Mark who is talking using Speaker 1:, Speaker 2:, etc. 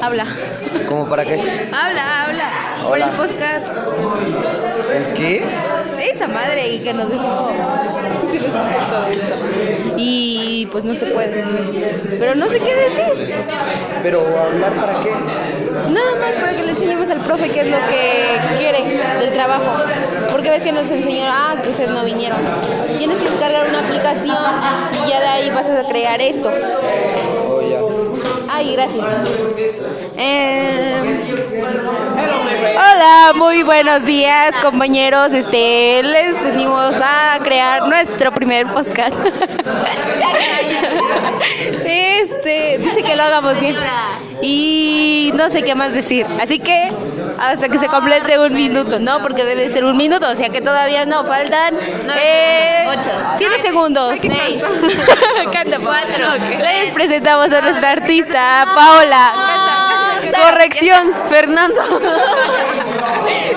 Speaker 1: Habla.
Speaker 2: ¿Cómo para qué?
Speaker 1: Habla, habla. Por
Speaker 2: Hola.
Speaker 1: el podcast.
Speaker 2: ¿El qué?
Speaker 1: Esa madre y que nos dijo. Sí, lo escuché todo esto. Y pues no se puede. Pero no sé qué decir.
Speaker 2: Pero hablar para qué?
Speaker 1: Nada más para que le enseñemos al profe qué es lo que quiere del trabajo. Porque ves que nos enseñó, ah, que ustedes no vinieron. Tienes que descargar una aplicación y ya de ahí vas a crear esto.
Speaker 2: Oh, ya.
Speaker 1: Ay, gracias. Eh, hola, muy buenos días, compañeros. Este, les venimos a crear nuestro primer podcast. Este, dice que lo hagamos bien. Y no sé qué más decir. Así que hasta que se complete un minuto, ¿no? Porque debe de ser un minuto, o sea que todavía no faltan eh,
Speaker 3: ocho.
Speaker 1: siete segundos.
Speaker 3: Seis.
Speaker 1: Canta, por favor.
Speaker 3: Cuatro.
Speaker 1: Les presentamos a nuestra artista, Paola.
Speaker 3: Canta, canta.
Speaker 1: Corrección, Fernando. Eh,